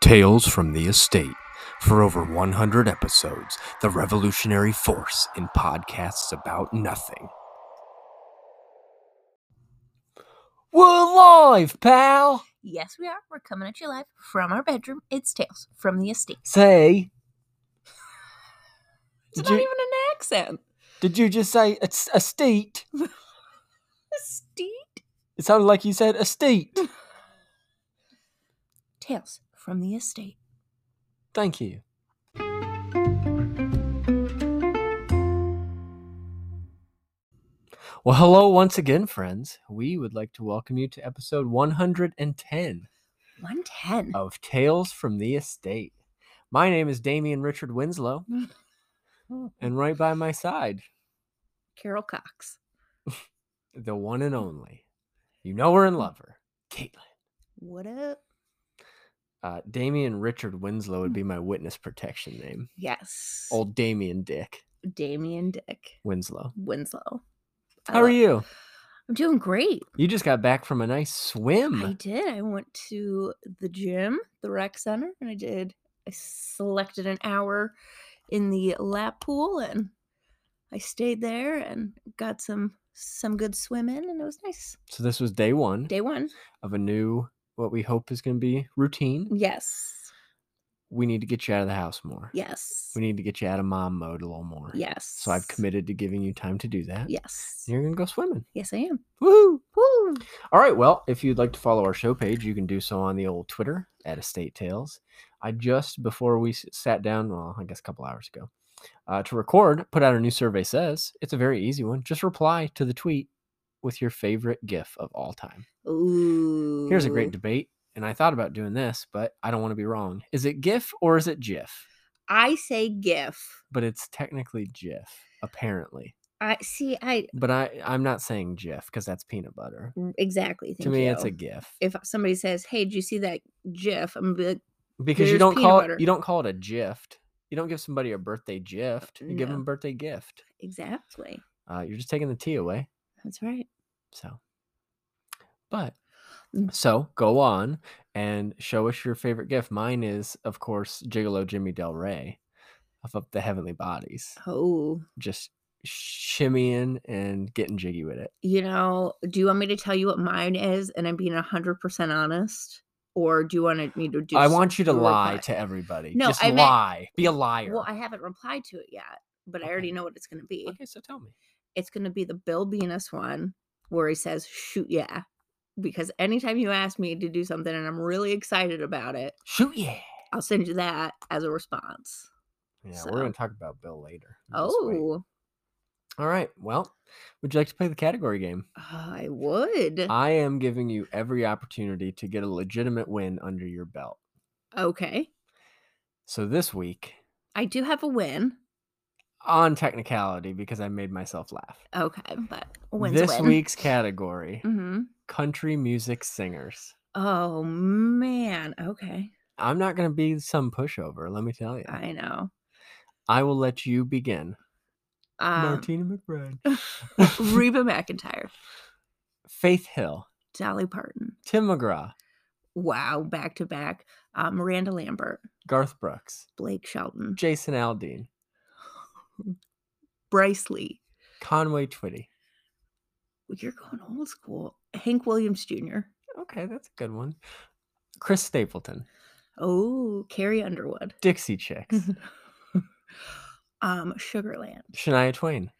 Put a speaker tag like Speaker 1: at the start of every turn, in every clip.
Speaker 1: Tales from the Estate. For over 100 episodes, the revolutionary force in podcasts about nothing. We're live, pal!
Speaker 2: Yes, we are. We're coming at you live from our bedroom. It's Tales from the Estate.
Speaker 3: Say,
Speaker 2: It's
Speaker 3: Did
Speaker 2: not
Speaker 3: you-
Speaker 2: even an accent.
Speaker 3: did you just say it's estate?
Speaker 2: Estate.
Speaker 3: It sounded like you said estate.
Speaker 2: Tales from the Estate.
Speaker 3: Thank you. Well, hello once again, friends. We would like to welcome you to episode 110
Speaker 2: 110.
Speaker 3: of Tales from the Estate. My name is Damian Richard Winslow, and right by my side,
Speaker 2: Carol Cox.
Speaker 3: the one and only, you know her and love her, Caitlin.
Speaker 2: What up?
Speaker 3: Uh, Damien Richard Winslow would be my witness protection name.
Speaker 2: Yes.
Speaker 3: Old Damien Dick
Speaker 2: Damien Dick
Speaker 3: Winslow.
Speaker 2: Winslow. I
Speaker 3: How are
Speaker 2: love-
Speaker 3: you?
Speaker 2: I'm doing great.
Speaker 3: You just got back from a nice
Speaker 2: I
Speaker 3: swim.
Speaker 2: did. I went to the gym, the rec center, and I did. I selected an hour in the lap pool, and I stayed there and got some some good swim in, and it was nice.
Speaker 3: So this was day one
Speaker 2: Day one,
Speaker 3: of a new, what we hope is going to be routine.
Speaker 2: yes,
Speaker 3: We need to get you out of the house more.
Speaker 2: yes,
Speaker 3: We need to get you out of mom mode a little more.
Speaker 2: yes.
Speaker 3: So I've committed to giving you time to do that.
Speaker 2: Yes,
Speaker 3: You're going to go swimming.
Speaker 2: yes, I am.
Speaker 3: Woohoo!
Speaker 2: Woo!
Speaker 3: All right. Well, if you'd like to follow our show page, you can do so on the old Twitter at Estate Tales. I just before we s- sat down, well, I guess a couple hours ago, uh, to record, put out a new survey. Says it's a very easy one. Just reply to the tweet with your favorite GIF of all time.
Speaker 2: Ooh.
Speaker 3: Here's a great debate, and I thought about doing this, but I don't want to be wrong. Is it GIF or is it GIF?
Speaker 2: I say GIF.
Speaker 3: But it's technically GIF, apparently.
Speaker 2: I see. I
Speaker 3: But I I'm not saying GIF because that's peanut butter.
Speaker 2: exactly.
Speaker 3: to
Speaker 2: thank
Speaker 3: me, it's
Speaker 2: you.
Speaker 3: a GIF
Speaker 2: If somebody says, "Hey, did you see that GIF?" I'm gonna be like,
Speaker 3: because you
Speaker 2: There's
Speaker 3: don't
Speaker 2: peanut
Speaker 3: call
Speaker 2: butter.
Speaker 3: it, you don't call it a gift. You don't give somebody a birthday gift. You give
Speaker 2: no.
Speaker 3: them a birthday gift.
Speaker 2: "Exactly."
Speaker 3: Uh, you're just taking the tea away.
Speaker 2: That's right.
Speaker 3: So, but
Speaker 2: Mm.
Speaker 3: so go on and show us your favorite gift. Mine is, of course, Gigolo Jimmy Del Rey of Up the Heavenly Bodies,
Speaker 2: Oh,
Speaker 3: just shimmying and getting jiggy with it.
Speaker 2: you know, do you want me to tell you what mine is and I'm being 100% honest? Or do you want me to do
Speaker 3: I want you to
Speaker 2: a
Speaker 3: lie
Speaker 2: reply.
Speaker 3: to everybody.
Speaker 2: No,
Speaker 3: just
Speaker 2: I meant-
Speaker 3: lie. Be a liar.
Speaker 2: Well, I haven't replied to it yet, but I
Speaker 3: Okay.
Speaker 2: already know what it's going to be.
Speaker 3: okay, so tell me.
Speaker 2: It's going to be the Bill Venus one where he says, shoot, yeah. Because anytime you ask me to do something and I'm really excited about it,
Speaker 3: Shoot yeah.
Speaker 2: I'll send you that as a response.
Speaker 3: Yeah,
Speaker 2: So-
Speaker 3: we're gonna talk about Bill later. Just wait.
Speaker 2: Oh,
Speaker 3: All right. Well, would you like to play the category game?
Speaker 2: I would.
Speaker 3: I am giving you every opportunity to get a legitimate win under your belt.
Speaker 2: Okay.
Speaker 3: So this week,
Speaker 2: I do have a win.
Speaker 3: on technicality, because I made myself laugh,
Speaker 2: Okay, but a win's a
Speaker 3: this
Speaker 2: win.
Speaker 3: week's category
Speaker 2: hmm
Speaker 3: country music singers.
Speaker 2: Oh man. Okay.
Speaker 3: I'm not going to be some pushover, let me tell you. I,
Speaker 2: I know.
Speaker 3: will let you begin.
Speaker 2: Um,
Speaker 3: Martina McBride,
Speaker 2: Reba McIntyre,
Speaker 3: Faith Hill,
Speaker 2: Dolly Parton.
Speaker 3: Tim McGraw,
Speaker 2: Wow, back to back. Uh, Miranda Lambert,
Speaker 3: Garth Brooks,
Speaker 2: Blake Shelton,
Speaker 3: Jason Aldean,
Speaker 2: Bryce Lee.
Speaker 3: Conway Twitty.
Speaker 2: You're going old school. Hank Williams Jr.
Speaker 3: Okay, that's a good one. Chris Stapleton,
Speaker 2: Oh, Carrie Underwood.
Speaker 3: Dixie Chicks,
Speaker 2: Mm-hmm. um, Sugarland.
Speaker 3: Shania Twain,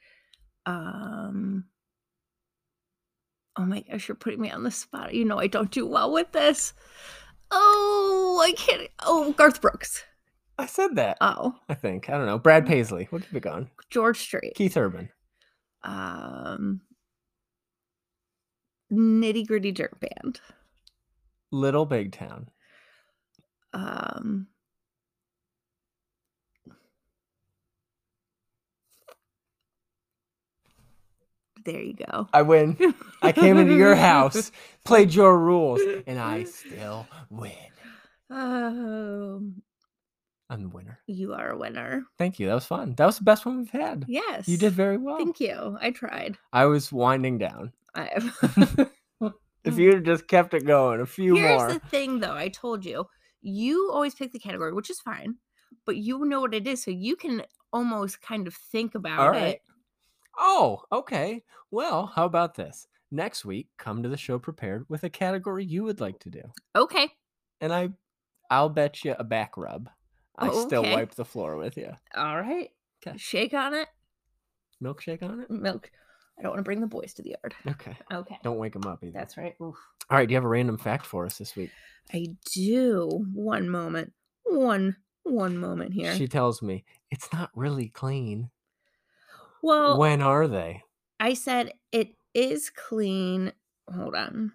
Speaker 2: Um. Oh my gosh, you're putting me on the spot. You know I don't do well with this. Oh, I can't. Oh, Garth Brooks.
Speaker 3: I said that.
Speaker 2: Oh,
Speaker 3: I think. I don't know.
Speaker 2: Mm-hmm.
Speaker 3: Brad Paisley. We'll keep it going.
Speaker 2: George Strait.
Speaker 3: Keith Urban.
Speaker 2: um nitty gritty dirt band
Speaker 3: Little Big Town.
Speaker 2: um there you go
Speaker 3: I win. I came into your house, played your rules, and I still win.
Speaker 2: um
Speaker 3: I'm the winner.
Speaker 2: you are a winner
Speaker 3: Thank you. That was fun. That was the best one we've had.
Speaker 2: yes
Speaker 3: You did very well.
Speaker 2: thank you i tried
Speaker 3: I was winding down.
Speaker 2: I,
Speaker 3: Mm. if you'd have just kept it going, a few
Speaker 2: here's
Speaker 3: more.
Speaker 2: the thing though i told you you always pick the category, which is fine, but you know what it is, so you can almost kind of think about
Speaker 3: All right.
Speaker 2: it.
Speaker 3: Oh, okay. Well, how about this? Next week, come to the show prepared with a category you would like to do.
Speaker 2: Okay.
Speaker 3: And I I'll bet you a back rub. I
Speaker 2: Oh,
Speaker 3: still
Speaker 2: okay.
Speaker 3: wipe the floor with you.
Speaker 2: All right.
Speaker 3: 'Kay.
Speaker 2: Shake on it.
Speaker 3: Milkshake on it?
Speaker 2: Milk. I don't want to bring the boys to the yard.
Speaker 3: Okay.
Speaker 2: Okay.
Speaker 3: Don't wake them up either.
Speaker 2: That's right. Oof.
Speaker 3: All right, do you have a random fact for us this week?
Speaker 2: I do. One moment. One one moment here.
Speaker 3: She tells me, "It's not really clean."
Speaker 2: well,
Speaker 3: when are they?
Speaker 2: I said it is clean. Hold on.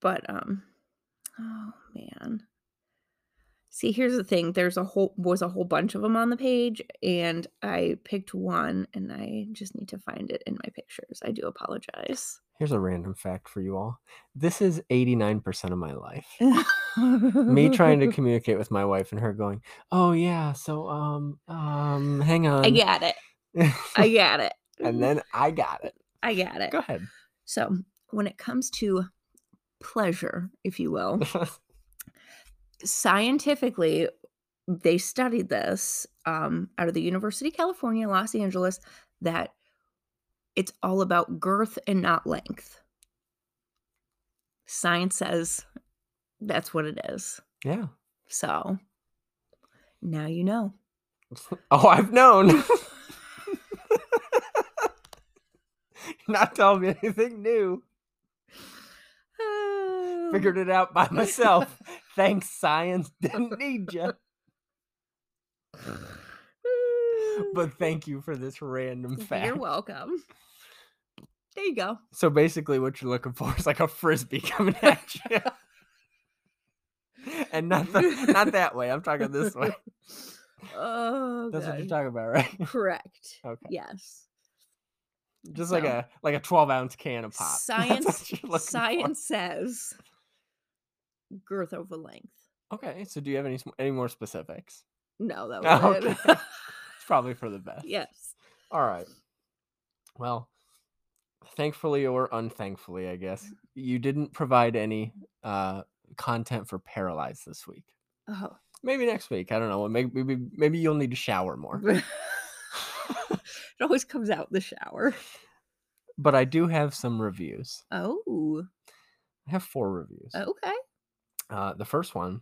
Speaker 2: But um oh man. See, here's the thing. There's a whole was a whole bunch of them on the page and I picked one and I just need to find it in my pictures. I do apologize.
Speaker 3: Here's a random fact for you all. This is 89% of my life. Me
Speaker 2: Me
Speaker 3: trying to communicate with my wife and her going, "Oh yeah, so um um hang on."
Speaker 2: I got it. I got it.
Speaker 3: and then I got it.
Speaker 2: I got it.
Speaker 3: Go ahead.
Speaker 2: So, when it comes to pleasure, if you will, scientifically they studied this um, out of the university of california los angeles that it's all about girth and not length science says that's what it is
Speaker 3: yeah.
Speaker 2: so now you know
Speaker 3: Oh, I've known. Not telling me anything new. Figured it out by myself. Thanks, science. Didn't need you. But thank you for this random fact.
Speaker 2: you're welcome there you go
Speaker 3: So basically, what you're looking for is like a frisbee coming at you. and not the, not that way. I'm talking this way.
Speaker 2: oh
Speaker 3: That's what you're
Speaker 2: gosh.
Speaker 3: talking about, right?
Speaker 2: correct
Speaker 3: Okay.
Speaker 2: yes
Speaker 3: Just
Speaker 2: So-
Speaker 3: like a like a 12 ounce can of pop. That's what
Speaker 2: Science
Speaker 3: you're looking for.
Speaker 2: science says girth over length.
Speaker 3: Okay, so do you have any s- any more specifics?
Speaker 2: No, that was
Speaker 3: Okay.
Speaker 2: it.
Speaker 3: It's probably for the best.
Speaker 2: yes.
Speaker 3: All right. Well, thankfully or unthankfully, I guess you didn't provide any uh, content for Paralyzed this week.
Speaker 2: Oh.
Speaker 3: Maybe next week. I don't know. Maybe maybe, maybe you'll need to shower more.
Speaker 2: it always comes out in the shower.
Speaker 3: But I do have some reviews.
Speaker 2: Oh.
Speaker 3: I have four reviews.
Speaker 2: Okay.
Speaker 3: Uh, the first one,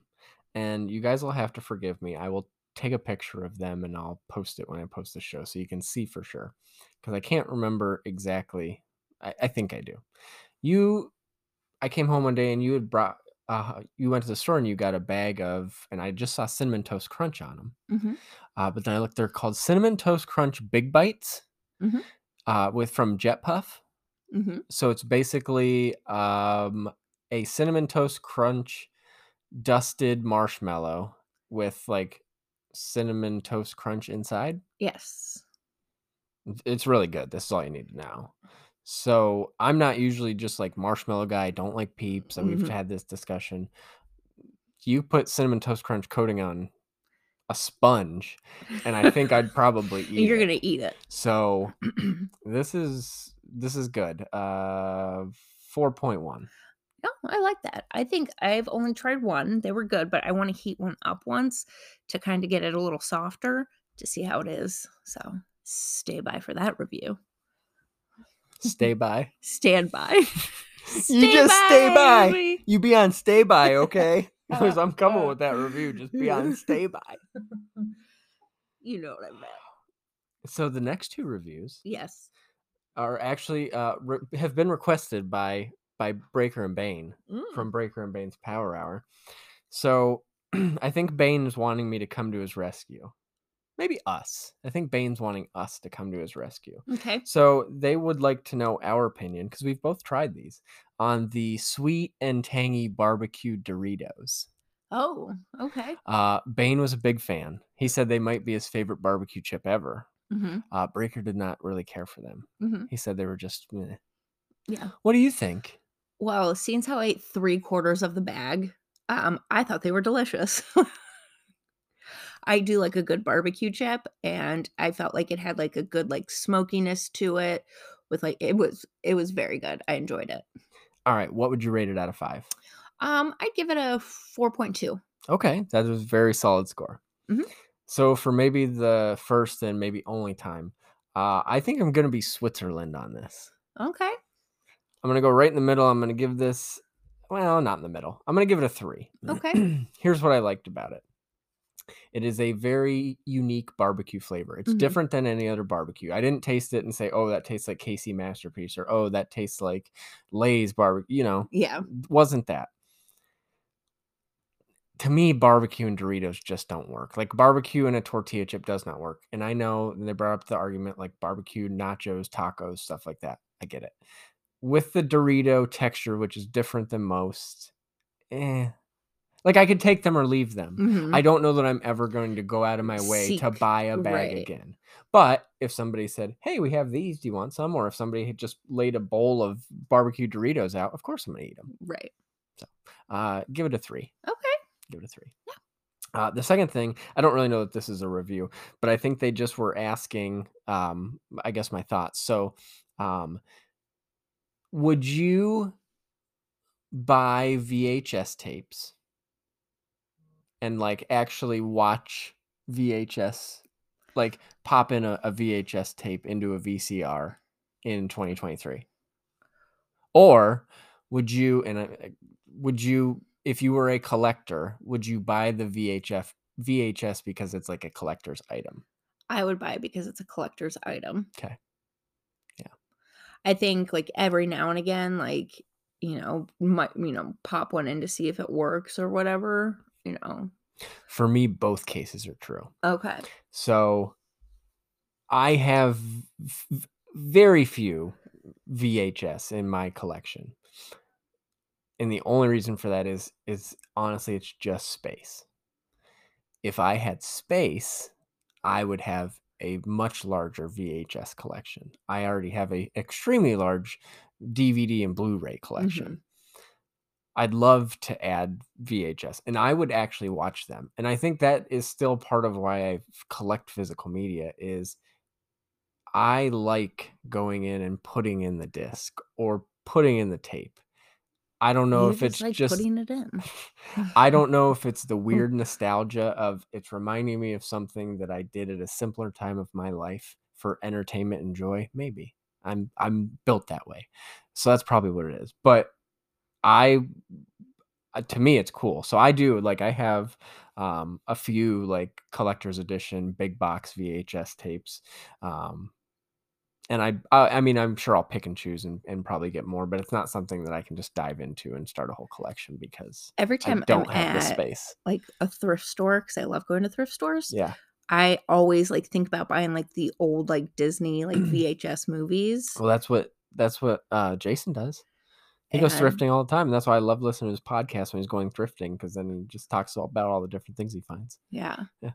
Speaker 3: and you guys will have to forgive me. I will take a picture of them and I'll post it when I post the show so you can see for sure. Because I can't remember exactly. I, I think I do. You, I came home one day and you had brought, uh, you went to the store and you got a bag of, and I just saw Cinnamon Toast Crunch on them.
Speaker 2: Mm-hmm.
Speaker 3: Uh, but then I looked, they're called Cinnamon Toast Crunch Big Bites
Speaker 2: Mhm.
Speaker 3: uh, with from Jet Puff
Speaker 2: Mm-hmm.
Speaker 3: so it's basically um, a cinnamon toast crunch dusted marshmallow with like cinnamon toast crunch inside
Speaker 2: Yes.
Speaker 3: It's- it's really good this is all you need to know so i'm not usually just like marshmallow guy I don't like peeps and
Speaker 2: Mhm.
Speaker 3: we've had this discussion you put cinnamon toast crunch coating on a sponge and i think i'd probably eat
Speaker 2: You're
Speaker 3: it.
Speaker 2: gonna eat it.
Speaker 3: so this is this is good uh 4.1
Speaker 2: No, Oh, I like that. I think I've only tried one. They were good, but I want to heat one up once to kind of get it a little softer to see how it is. So stay by for that review.
Speaker 3: Stay by.
Speaker 2: Stand by.
Speaker 3: you just stay by.
Speaker 2: Ruby.
Speaker 3: You be on stay by, okay?
Speaker 2: Uh,
Speaker 3: Because I'm coming
Speaker 2: uh.
Speaker 3: with that review. Just be on stay by.
Speaker 2: You know what I meant.
Speaker 3: So the next two reviews
Speaker 2: Yes.
Speaker 3: are actually uh, re- have been requested by by Breaker and Bane
Speaker 2: Mm.
Speaker 3: from Breaker and Bane's Power Hour. So I think Bane is wanting me to come to his rescue. Maybe us. I think Bane's wanting us to come to his rescue.
Speaker 2: Okay.
Speaker 3: So they would like to know our opinion because we've both tried these on the sweet and tangy barbecue Doritos.
Speaker 2: Oh, okay.
Speaker 3: Uh, Bane was a big fan. He said they might be his favorite barbecue chip ever.
Speaker 2: Mm-hmm.
Speaker 3: Uh, Breaker did not really care for them.
Speaker 2: Mhm.
Speaker 3: He said they were just. meh.
Speaker 2: Yeah.
Speaker 3: What do you think?
Speaker 2: Well, since how I ate three quarters of the bag, um, I thought they were delicious. I do like a good barbecue chip, and I felt like it had like a good like smokiness to it. With like it was it was very good. I enjoyed it.
Speaker 3: All right, what would you rate it out of five?
Speaker 2: Um, I'd give it a four point two.
Speaker 3: Okay, that was a very solid score.
Speaker 2: Mhm.
Speaker 3: So for maybe the first and maybe only time, uh, I think I'm going to be Switzerland on this.
Speaker 2: Okay.
Speaker 3: I'm going to go right in the middle. I'm going to give this, well, not in the middle. I'm going to give it a three.
Speaker 2: Okay.
Speaker 3: Here's what I liked about it it is a very unique barbecue flavor. It's
Speaker 2: Mhm.
Speaker 3: different than any other barbecue. I didn't taste it and say, oh, that tastes like Casey Masterpiece or oh, that tastes like Lay's barbecue. You know,
Speaker 2: Yeah.
Speaker 3: wasn't that. To me, barbecue and Doritos just don't work. Like barbecue and a tortilla chip does not work. And I know and they brought up the argument like barbecue, nachos, tacos, stuff like that. I get it. With the Dorito texture, which is different than most, eh. Like I could take them or leave them.
Speaker 2: Mhm.
Speaker 3: Mm. I don't know that I'm ever going to go out of my way to
Speaker 2: Seek,
Speaker 3: buy a bag
Speaker 2: right.
Speaker 3: again. But if somebody said, "Hey, we have these. Do you want some?" or if somebody had just laid a bowl of barbecue Doritos out, of course I'm going to eat them.
Speaker 2: right.
Speaker 3: Uh, give it a three.
Speaker 2: Okay.
Speaker 3: Give it a three. Uh, the second thing, I don't really know that this is a review, but I think they just were asking, um, I guess, my thoughts. So, um, would you buy VHS tapes and like actually watch VHS, like pop in a, a VHS tape into a VCR in 2023? Or would you, and I, would you if you were a collector would you buy the vhf vhs because it's like a collector's item
Speaker 2: I would buy it because it's a collector's item.
Speaker 3: 'Kay. Yeah.
Speaker 2: I think like every now and again, like, you know, might you know, pop one in to see if it works or whatever, you know.
Speaker 3: for me both cases are true
Speaker 2: Okay.
Speaker 3: so i have v- very few vhs in my collection and the only reason for that is is honestly it's just space if i had space i would have a much larger vhs collection i already have a extremely large dvd and blu-ray collection i'd love to add vhs and i would actually watch them and i think that is still part of why i collect physical media is i like going in and putting in the disc or putting in the tape i don't know
Speaker 2: You
Speaker 3: if it's
Speaker 2: like
Speaker 3: just
Speaker 2: putting it in.
Speaker 3: I don't know if it's the weird nostalgia of it's reminding me of something that I did at a simpler time of my life for entertainment and joy. Maybe I'm I'm built that way, so that's probably what it is. But I, uh, to me, it's cool. So I do like I have um, a few like collector's edition big box VHS tapes. Um, and I, I, I mean, I'm sure I'll pick and choose and, and probably get more, but it's not something that I can just dive into and start a whole collection because
Speaker 2: Every
Speaker 3: I
Speaker 2: time
Speaker 3: don't
Speaker 2: I'm
Speaker 3: have the
Speaker 2: at
Speaker 3: space.
Speaker 2: like a thrift store, because I love going to thrift stores,
Speaker 3: Yeah.
Speaker 2: I always like think about buying like the old like Disney like VHS movies.
Speaker 3: Well, that's what that's what uh, Jason does. He goes
Speaker 2: and-
Speaker 3: thrifting all the time. and That's why I love listening to his podcast when he's going thrifting because then he just talks all- about all the different things he finds.
Speaker 2: Yeah.
Speaker 3: Yeah.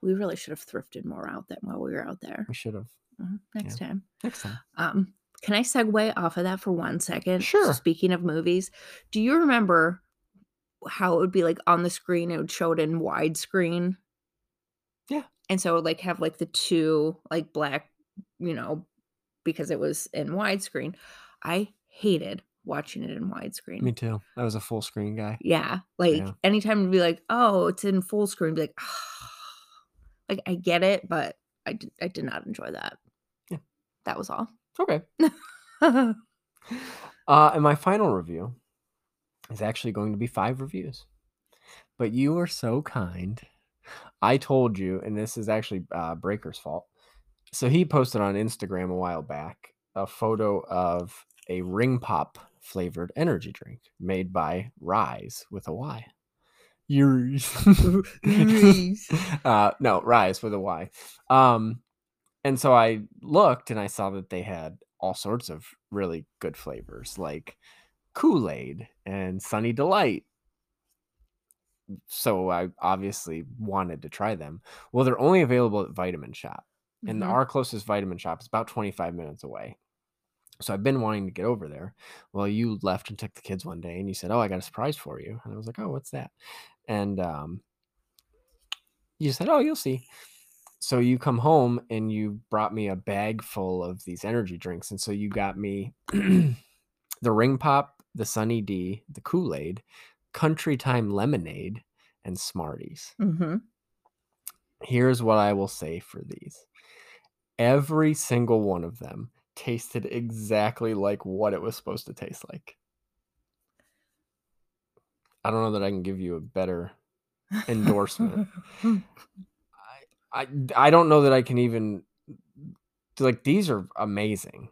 Speaker 2: We really should have thrifted more out than while we were out there.
Speaker 3: We should have
Speaker 2: Mhm, Next time.
Speaker 3: next time.
Speaker 2: Um, can I segue off of that for one second?
Speaker 3: Sure.
Speaker 2: Speaking of movies, do you remember how it would be like on the screen? It would show it in widescreen.
Speaker 3: Yeah.
Speaker 2: And so it would like have like the two like black, you know, because it was in widescreen. I hated watching it in widescreen.
Speaker 3: Me too. I was a full screen guy.
Speaker 2: Yeah. Like
Speaker 3: Yeah.
Speaker 2: anytime to be like, oh, it's in full screen, be like, "Ah." like I get it, but I did, I did not enjoy that.
Speaker 3: Yeah.
Speaker 2: That was all.
Speaker 3: Okay. Uh, and my final review is actually going to be five reviews. But you are so kind. I told you, and this is actually uh, Breaker's fault. So he posted on Instagram a while back a photo of a ring pop flavored energy drink made by Rise with a Y. Yours. uh no rise with a y um and so i looked and i saw that they had all sorts of really good flavors like kool-aid and sunny delight so i obviously wanted to try them well they're only available at vitamin shop and
Speaker 2: Mhm.
Speaker 3: our closest vitamin shop is about 25 minutes away so i've been wanting to get over there well you left and took the kids one day and you said oh i got a surprise for you and i was like oh what's that and um you said oh you'll see so you come home and you brought me a bag full of these energy drinks and so you got me the ring pop the sunny d the kool-aid country time lemonade and Smarties.
Speaker 2: Mm-hmm.
Speaker 3: Here's what I will say for these every single one of them tasted exactly like what it was supposed to taste like. I don't know that I can give you a better endorsement. I I don't know that I can even like these are amazing.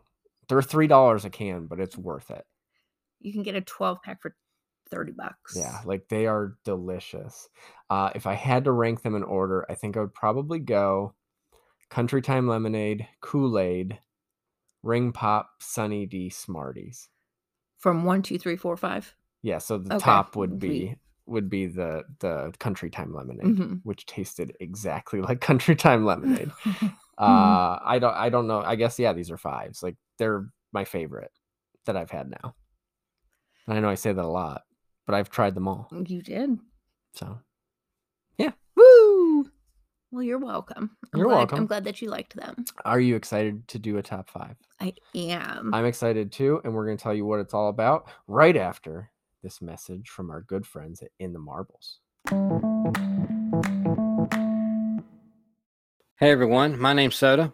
Speaker 3: They're three dollars a can, but it's worth it.
Speaker 2: you can get a 12 pack for 30 bucks.
Speaker 3: Yeah, like they are delicious. Uh, if I had to rank them in order, I think I would probably go Country Time Lemonade, Kool Aid, Ring Pop, Sunny D, Smarties.
Speaker 2: From one, two, three, four, five.
Speaker 3: Yeah, so the
Speaker 2: Okay,
Speaker 3: top would
Speaker 2: would be-
Speaker 3: be would be the the Country Time Lemonade,
Speaker 2: Mhm.
Speaker 3: which tasted exactly like Country Time Lemonade. Uh, I don't I don't know. I guess yeah, these are fives. Like they're my favorite that I've had now. And I know I say that a lot, but I've tried them all.
Speaker 2: you did.
Speaker 3: So
Speaker 2: Woo! Well, you're welcome. I'm
Speaker 3: You're
Speaker 2: glad,
Speaker 3: welcome.
Speaker 2: I'm glad that you liked them.
Speaker 3: Are you excited to do a top five?
Speaker 2: I am.
Speaker 3: I'm excited too, and we're going to tell you what it's all about right after this message from our good friends at In the Marbles.
Speaker 4: Hey everyone, my name's Soda,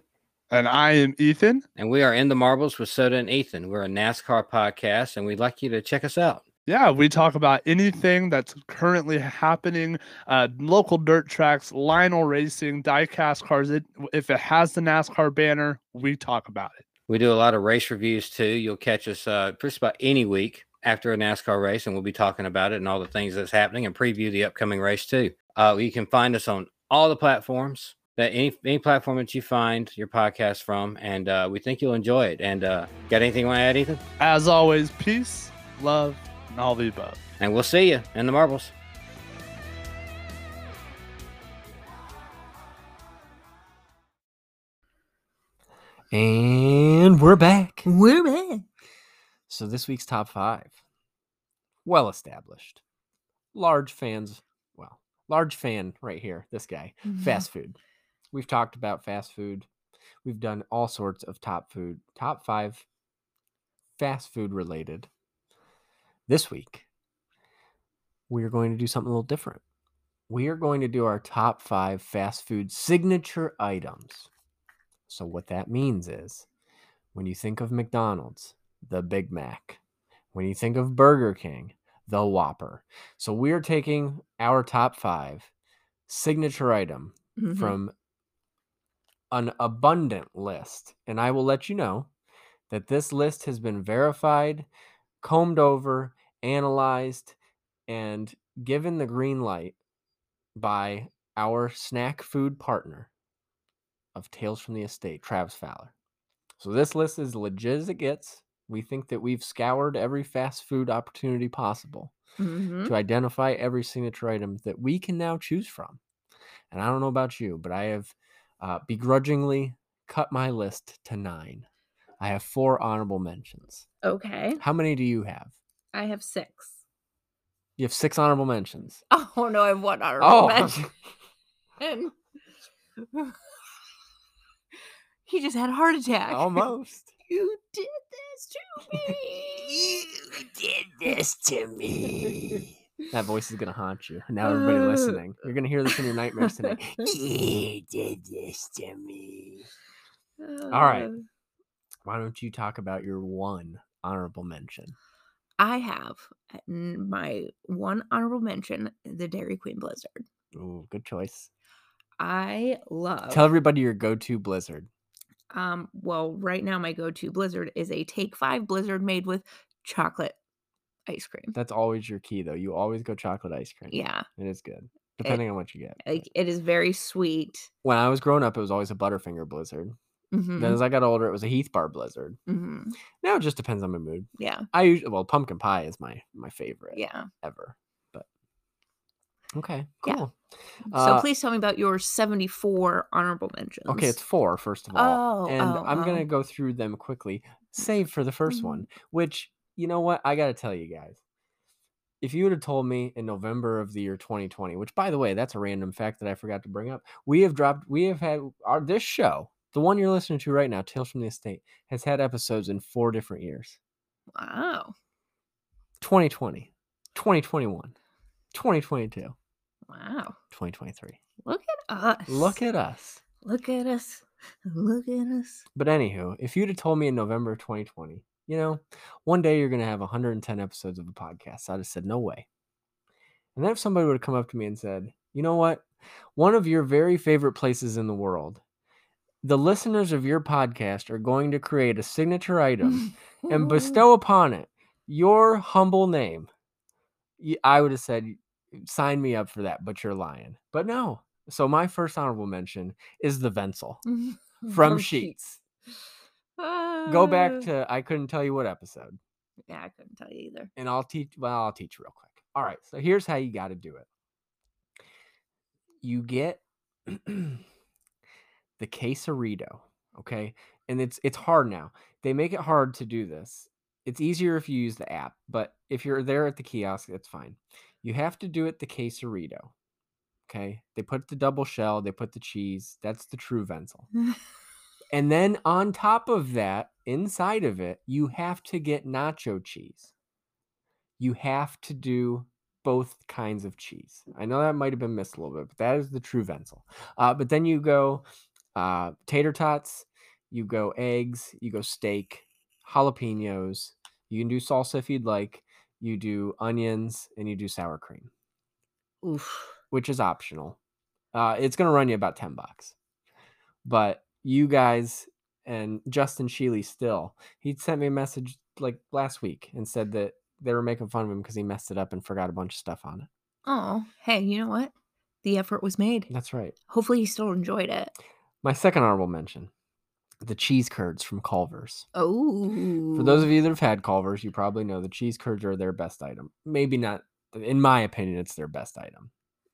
Speaker 5: And I am Ethan.
Speaker 4: and we are in the marbles with Soda and Ethan. We're a NASCAR podcast, and we'd like you to check us out.
Speaker 5: Yeah, we talk about anything that's currently happening, uh, local dirt tracks, Lionel racing, diecast cars. It, if it has the NASCAR banner, we talk about it.
Speaker 4: We do a lot of race reviews too. You'll catch us uh, just about any week after a NASCAR race, and we'll be talking about it and all the things that's happening and preview the upcoming race too. Uh, you can find us on all the platforms that any any platform that you find your podcast from, and uh, we think you'll enjoy it. And uh, got anything you want to add, Ethan?
Speaker 5: As always, peace, love, and all the above.
Speaker 4: And we'll see you in the marbles.
Speaker 3: And we're back.
Speaker 2: We're back.
Speaker 3: So this week's top five, well established, large fans. Well, large fan right here. This guy,
Speaker 2: Mm-hmm.
Speaker 3: fast food. We've talked about fast food. We've done all sorts of top food, top five fast food related. This week, we are going to do something a little different. We are going to do our top five fast food signature items. So, what that means is when you think of McDonald's, the Big Mac, when you think of Burger King, the Whopper. So, we are taking our top five signature item
Speaker 2: Mhm.
Speaker 3: from an abundant list. And I will let you know that this list has been verified, combed over, analyzed, and given the green light by our snack food partner of Tales from the Estate, Travis Fowler. So this list is legit as it gets. We think that we've scoured every fast food opportunity possible
Speaker 2: Mhm.
Speaker 3: to identify every signature item that we can now choose from. And I don't know about you, but I have uh, begrudgingly cut my list to nine. I have four honorable mentions.
Speaker 2: Okay.
Speaker 3: How many do you have?
Speaker 2: I have six.
Speaker 3: You have six honorable mentions.
Speaker 2: Oh no, I have one honorable
Speaker 3: Oh,
Speaker 2: mention. he just had a heart attack.
Speaker 3: Oh almost.
Speaker 2: You did this to me.
Speaker 3: This to me. That voice is gonna haunt you. Now everybody
Speaker 2: Uh.
Speaker 3: listening, you're gonna hear this in your nightmares tonight. you did this to me. All right.
Speaker 2: Uh,
Speaker 3: Why don't you talk about your one honorable mention?
Speaker 2: I have at n- my one honorable mention the Dairy Queen Blizzard.
Speaker 3: Ooh, good choice.
Speaker 2: I love.
Speaker 3: Tell everybody your go-to blizzard.
Speaker 2: um, well, right now my go-to Blizzard is a Take Five Blizzard made with chocolate ice cream.
Speaker 3: That's always your key, though. You always go chocolate ice cream.
Speaker 2: Yeah,
Speaker 3: it is good, depending on what you get.
Speaker 2: like it is very sweet.
Speaker 3: When I was growing up, it was always a Butterfinger Blizzard.
Speaker 2: Mhm,
Speaker 3: Then as I got older, it was a Heath Bar Blizzard.
Speaker 2: mhm,
Speaker 3: Now it just depends on my mood.
Speaker 2: Yeah,
Speaker 3: I usually well, pumpkin pie is my my favorite
Speaker 2: yeah.
Speaker 3: ever. But okay,
Speaker 2: Yeah.
Speaker 3: cool.
Speaker 2: so
Speaker 3: Uh,
Speaker 2: please tell me about your 74 honorable mentions.
Speaker 3: Okay, it's four first of all,
Speaker 2: Oh,
Speaker 3: and
Speaker 2: oh,
Speaker 3: I'm
Speaker 2: oh. Mm-hmm.
Speaker 3: gonna go through them quickly, save for the first one, which you know what I gotta tell you guys. If you would have told me in November of the year 2020, which by the way, that's a random fact that I forgot to bring up, we have dropped, we have had our this show, the one you're listening to right now, Tales from the Estate, has had episodes in four different years:
Speaker 2: Wow.
Speaker 3: 2020, 2021, 2022.
Speaker 2: Wow.
Speaker 3: 2023.
Speaker 2: Look at us.
Speaker 3: Look at us.
Speaker 2: Look at us. Look at us.
Speaker 3: But anywho, if you'd have told me in November of 2020, you know, one day you're going to have 110 episodes of a podcast, I'd have said, no way. And then if somebody would have come up to me and said, you know what? One of your very favorite places in the world, the listeners of your podcast are going to create a signature item and bestow upon it your humble name. Y- I would have said, sign me up for that, but you're lying. But no. So my first honorable mention is the Venzel
Speaker 2: from, Uh,
Speaker 3: from Sheets. Go back to I couldn't tell you what episode,
Speaker 2: Yeah, I couldn't tell you either.
Speaker 3: and I'll teach. Well, I'll teach real quick. All right. So here's how you got to do it. You get the quesarito, okay? And it's it's hard now. They make it hard to do this. It's easier if you use the app, but if you're there at the kiosk, that's fine. You have to do it the quesarito. Okay? They put the double shell, they put the cheese. That's the true Wenzel. And then on top of that, inside of it, you have to get nacho cheese. You have to do both kinds of cheese. I know that might have been missed a little bit, but that is the true Wenzel. Uh, but then you go uh, tater tots, you go eggs, you go steak, jalapenos. You can do salsa if you'd like. You do onions and you do sour cream,
Speaker 2: Oof.
Speaker 3: which is optional. Uh, it's going to run you about 10 bucks. But you guys and Justin Sheely still, he sent me a message like last week and said that they were making fun of him because he messed it up and forgot a bunch of stuff on it.
Speaker 2: Oh, hey, you know what? The effort was made.
Speaker 3: That's right.
Speaker 2: Hopefully, you still enjoyed it.
Speaker 3: My second honorable mention the cheese curds from Culver's.
Speaker 2: Oh,
Speaker 3: For those of you that have had Culver's, you probably know the cheese curds are their best item. Maybe not, in my opinion, it's their best item.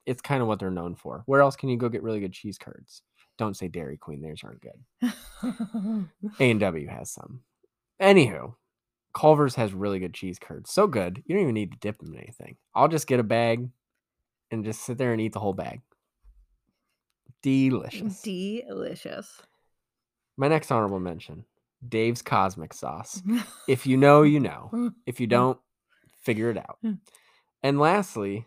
Speaker 3: It's kind of what they're known for. Where else can you go get really good cheese curds? Don't say Dairy Queen; theirs aren't good. A and W has some. Anywho, Culver's has really good cheese curds. So good, you don't even need to dip them in anything. I'll just get a bag and just sit there and eat the whole bag. Delicious.
Speaker 2: delicious.
Speaker 3: my next honorable mention: Dave's Cosmic Sauce.
Speaker 2: Mm-hmm.
Speaker 3: If you know, you know. If you don't, figure it out.
Speaker 2: Mm.
Speaker 3: And lastly,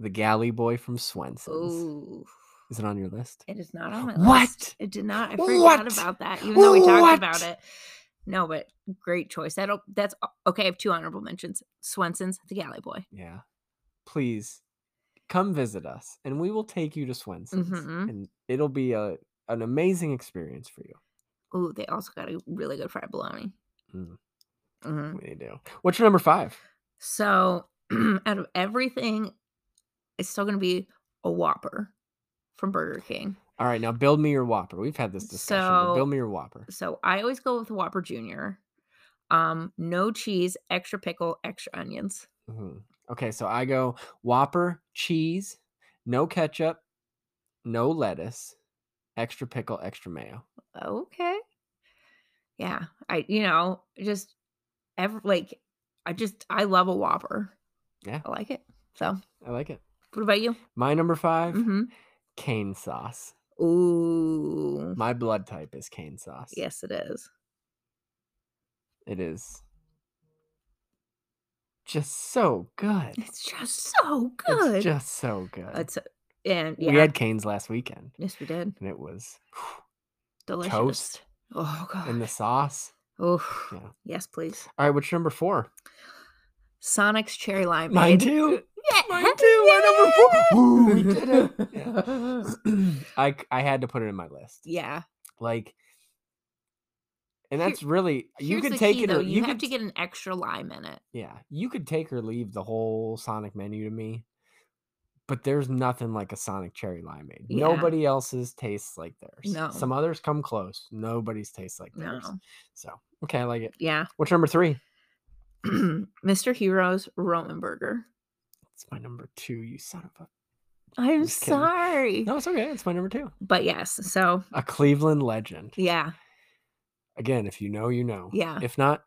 Speaker 3: the galley boy from Swenson's.
Speaker 2: Oh,
Speaker 3: Is it on your list?
Speaker 2: it is not on my
Speaker 3: What?
Speaker 2: list. It did not. I forgot
Speaker 3: What?
Speaker 2: about that, even though we talked about
Speaker 3: What?
Speaker 2: it. No, but great choice. That'll that's okay. I have two honorable mentions: Swenson's, The Galley Boy.
Speaker 3: Yeah. Please come visit us and we will take you to Swenson's.
Speaker 2: Mhm.
Speaker 3: And it'll be a an amazing experience for you.
Speaker 2: Oh, they also got a really good fried bologna.
Speaker 3: Mm.
Speaker 2: Mhm.
Speaker 3: We do. What's your number five?
Speaker 2: So out of everything, it's still gonna be a Whopper from Burger King.
Speaker 3: All right, now build me your Whopper. We've had this discussion, but
Speaker 2: So-
Speaker 3: build me your Whopper.
Speaker 2: So I always go with Whopper Junior. Um, no cheese, extra pickle, extra onions.
Speaker 3: Mhm. Okay, so I go Whopper, cheese, no ketchup, no lettuce, extra pickle, extra mayo.
Speaker 2: Okay. Yeah, I you know just ever like I just I love a Whopper.
Speaker 3: Yeah.
Speaker 2: I like it. So
Speaker 3: I like it.
Speaker 2: what about you?
Speaker 3: My number 5
Speaker 2: Mm-hmm.
Speaker 3: cane sauce.
Speaker 2: Ooh,
Speaker 3: My blood type is cane sauce.
Speaker 2: yes, it is.
Speaker 3: It is just so good.
Speaker 2: It's just so good.
Speaker 3: It's just so good.
Speaker 2: It's- and yeah,
Speaker 3: We had canes last weekend
Speaker 2: yes, we did.
Speaker 3: and it was whew,
Speaker 2: Delicious.
Speaker 3: toast
Speaker 2: Oh god.
Speaker 3: and the sauce.
Speaker 2: Oh
Speaker 3: Yeah.
Speaker 2: yes, please.
Speaker 3: All right, what's your number four?
Speaker 2: Sonic's cherry lime.
Speaker 3: Mine too.
Speaker 2: Yeah.
Speaker 3: Mine too. My number four. Woo, we did it. Yeah.
Speaker 2: Yeah.
Speaker 3: I c- I had to put it in my list. Like and
Speaker 2: Here-
Speaker 3: that's really you
Speaker 2: Here's
Speaker 3: could
Speaker 2: the
Speaker 3: take
Speaker 2: key,
Speaker 3: it
Speaker 2: though.
Speaker 3: or
Speaker 2: you,
Speaker 3: could
Speaker 2: have to get an extra lime in it.
Speaker 3: Yeah, you could take or leave the whole Sonic menu to me, but there's nothing like a Sonic cherry limeade.
Speaker 2: Yeah.
Speaker 3: Nobody else's tastes like theirs.
Speaker 2: No.
Speaker 3: Some others come close. Nobody's tastes like
Speaker 2: No.
Speaker 3: theirs. So, okay, I like it.
Speaker 2: Yeah.
Speaker 3: What's number three?
Speaker 2: Mr. Heroes Roman burger.
Speaker 3: It's my number two, you son of a.
Speaker 2: I'm
Speaker 3: Just kidding.
Speaker 2: sorry.
Speaker 3: No, it's okay. It's my number two.
Speaker 2: But yes, so
Speaker 3: A Cleveland legend.
Speaker 2: yeah,
Speaker 3: Again, if you know, you know.
Speaker 2: yeah.
Speaker 3: If not,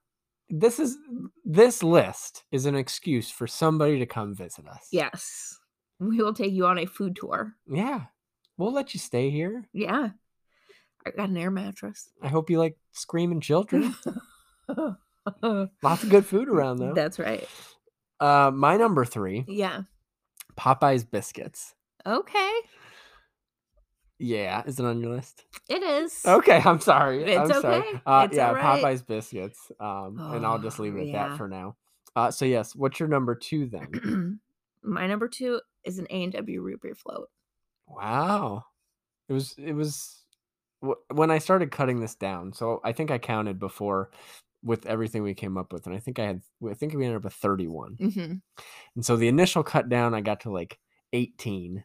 Speaker 3: this is this list is an excuse for somebody to come visit us.
Speaker 2: Yes. We will take you on a food tour.
Speaker 3: Yeah. We'll let you stay here.
Speaker 2: Yeah. I got an air mattress.
Speaker 3: I hope you like screaming children. Lots of good food around though.
Speaker 2: That's right.
Speaker 3: Uh, my number three
Speaker 2: Yeah.
Speaker 3: Popeye's biscuits.
Speaker 2: Okay,
Speaker 3: Yeah, is it on your list?
Speaker 2: it is.
Speaker 3: Okay, I'm sorry.
Speaker 2: It's
Speaker 3: I'm sorry.
Speaker 2: okay.
Speaker 3: Uh,
Speaker 2: It's
Speaker 3: yeah,
Speaker 2: alright.
Speaker 3: Popeye's biscuits. Um, and I'll just
Speaker 2: Oh,
Speaker 3: leave it at
Speaker 2: yeah.
Speaker 3: that for now. Uh, so yes, what's your number two then?
Speaker 2: My number two is an A and W root beer float.
Speaker 3: Wow, it was it was wh- when I started cutting this down. So I think I counted before with everything we came up with, and I think I had I think we ended up with 31.
Speaker 2: Mm-hmm.
Speaker 3: And so the initial cut down, I got to like 18.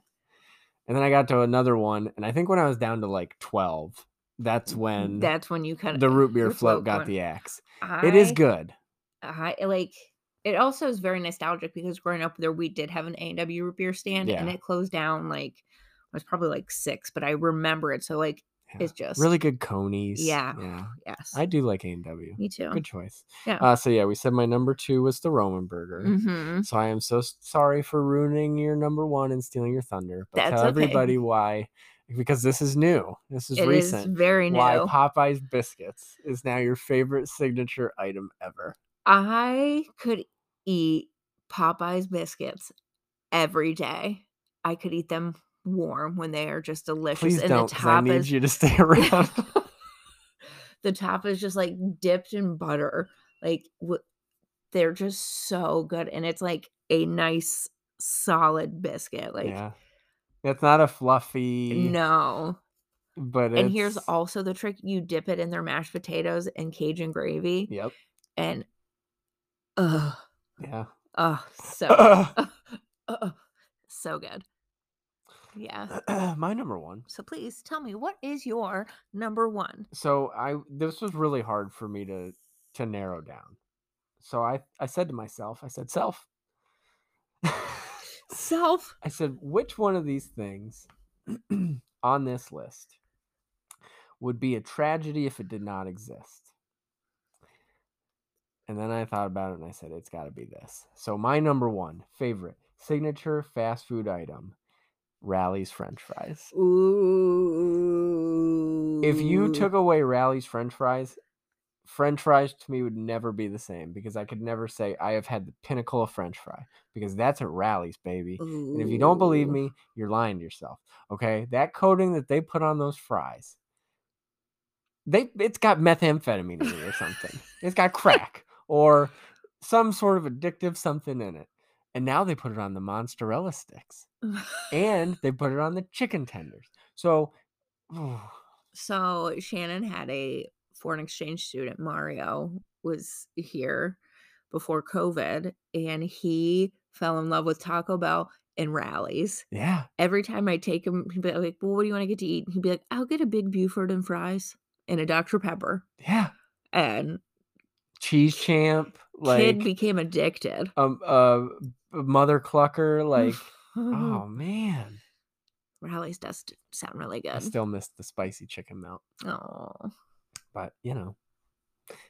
Speaker 3: And then I got to another one. And I think when I was down to like 12,
Speaker 2: Mm,
Speaker 3: that's when
Speaker 2: That's when you kind of
Speaker 3: the root beer
Speaker 2: your
Speaker 3: float
Speaker 2: float
Speaker 3: got
Speaker 2: went.
Speaker 3: the axe. It is
Speaker 2: I-
Speaker 3: good.
Speaker 2: I eh, like it also is very nostalgic because growing up there we did have an A&W root beer stand and
Speaker 3: Yeah.
Speaker 2: it closed down like I was probably like 6 but I remember it so like
Speaker 3: Yeah.
Speaker 2: it's just
Speaker 3: Really good conies.
Speaker 2: Yeah.
Speaker 3: Yeah.
Speaker 2: yes.
Speaker 3: I do like A&W.
Speaker 2: me too.
Speaker 3: Good choice.
Speaker 2: Yeah.
Speaker 3: Uh, so yeah, we said my number two was the Roman burger.
Speaker 2: Mhm.
Speaker 3: So I am so s- sorry for ruining your number one and stealing your thunder. But
Speaker 2: That's
Speaker 3: tell
Speaker 2: okay.
Speaker 3: everybody why, because this is new. This is
Speaker 2: It is
Speaker 3: recent.
Speaker 2: very new.
Speaker 3: why Popeye's biscuits is now your favorite signature item ever.
Speaker 2: I could eat Popeye's biscuits every day. I could eat them warm when they are just delicious
Speaker 3: Please
Speaker 2: and
Speaker 3: don't.
Speaker 2: the
Speaker 3: 'cause I
Speaker 2: top
Speaker 3: need
Speaker 2: is
Speaker 3: you to stay around.
Speaker 2: the top is just like dipped in butter. Like wh- they're just so good, and it's like a nice solid biscuit. Like
Speaker 3: yeah, it's not a fluffy.
Speaker 2: no.
Speaker 3: but
Speaker 2: And here's
Speaker 3: it's-
Speaker 2: also the trick: you dip it in their mashed potatoes and Cajun gravy,
Speaker 3: Yep.
Speaker 2: and ugh,
Speaker 3: Yeah.
Speaker 2: ugh, so ugh, so good. Yeah.
Speaker 3: my number one.
Speaker 2: So please tell me what is your number one?
Speaker 3: so i this was really hard for me to to narrow down so i i said to myself i said self i
Speaker 2: Self.
Speaker 3: said which one of these things on this list would be a tragedy if it did not exist and then i thought about it and i said it's got to be this so my number one favorite signature fast food item rally's french fries
Speaker 2: Ooh.
Speaker 3: if you took away Rally's French fries, French fries to me would never be the same because I could never say I have had the pinnacle of French fry because that's at Rally's, baby. And if you don't believe
Speaker 2: Ooh.
Speaker 3: me, you're lying to yourself. Okay, that coating that they put on those fries, they it's got methamphetamine in it or something. it's got crack or some sort of addictive something in it. And now they put it on the mozzarella sticks and they put it on the chicken tenders. So.
Speaker 2: so Shannon had a foreign exchange student, Mario, was here before COVID, and he fell in love with Taco Bell and rallies.
Speaker 3: Yeah.
Speaker 2: Every time I take him, he'd be like, Well, what do you want to get to eat? And he'd be like, I'll get a big Buford and fries and a Dr. Pepper.
Speaker 3: Yeah.
Speaker 2: And
Speaker 3: Cheese Champ, like
Speaker 2: kid became addicted.
Speaker 3: um uh Mother Clucker, like
Speaker 2: Mm-hmm.
Speaker 3: oh man.
Speaker 2: rallies does sound really
Speaker 3: I
Speaker 2: good.
Speaker 3: still miss the spicy chicken melt,
Speaker 2: Oh,
Speaker 3: but you know.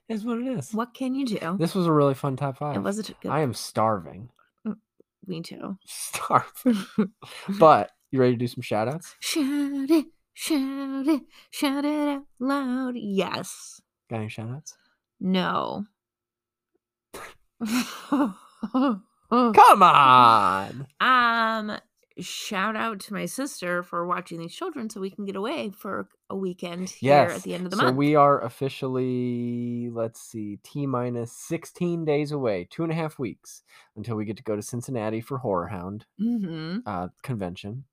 Speaker 3: It is what it is.
Speaker 2: what can you do?
Speaker 3: This was a really fun top five.
Speaker 2: it was a t- good.
Speaker 3: I am starving.
Speaker 2: me too.
Speaker 3: Starving. but you ready to do some shout outs?
Speaker 2: Shout it, shout it, shout it out loud. Yes.
Speaker 3: Got any shout outs?
Speaker 2: No. Mm-hmm.
Speaker 3: Come on.
Speaker 2: um, shout out to my sister for watching these children so we can get away for a weekend here
Speaker 3: Yes,
Speaker 2: at the end of the
Speaker 3: so
Speaker 2: month.
Speaker 3: we are officially, let's see, T minus 16 days away, two and a half weeks until we get to go to Cincinnati for Horror Hound.
Speaker 2: hmm
Speaker 3: uh, convention.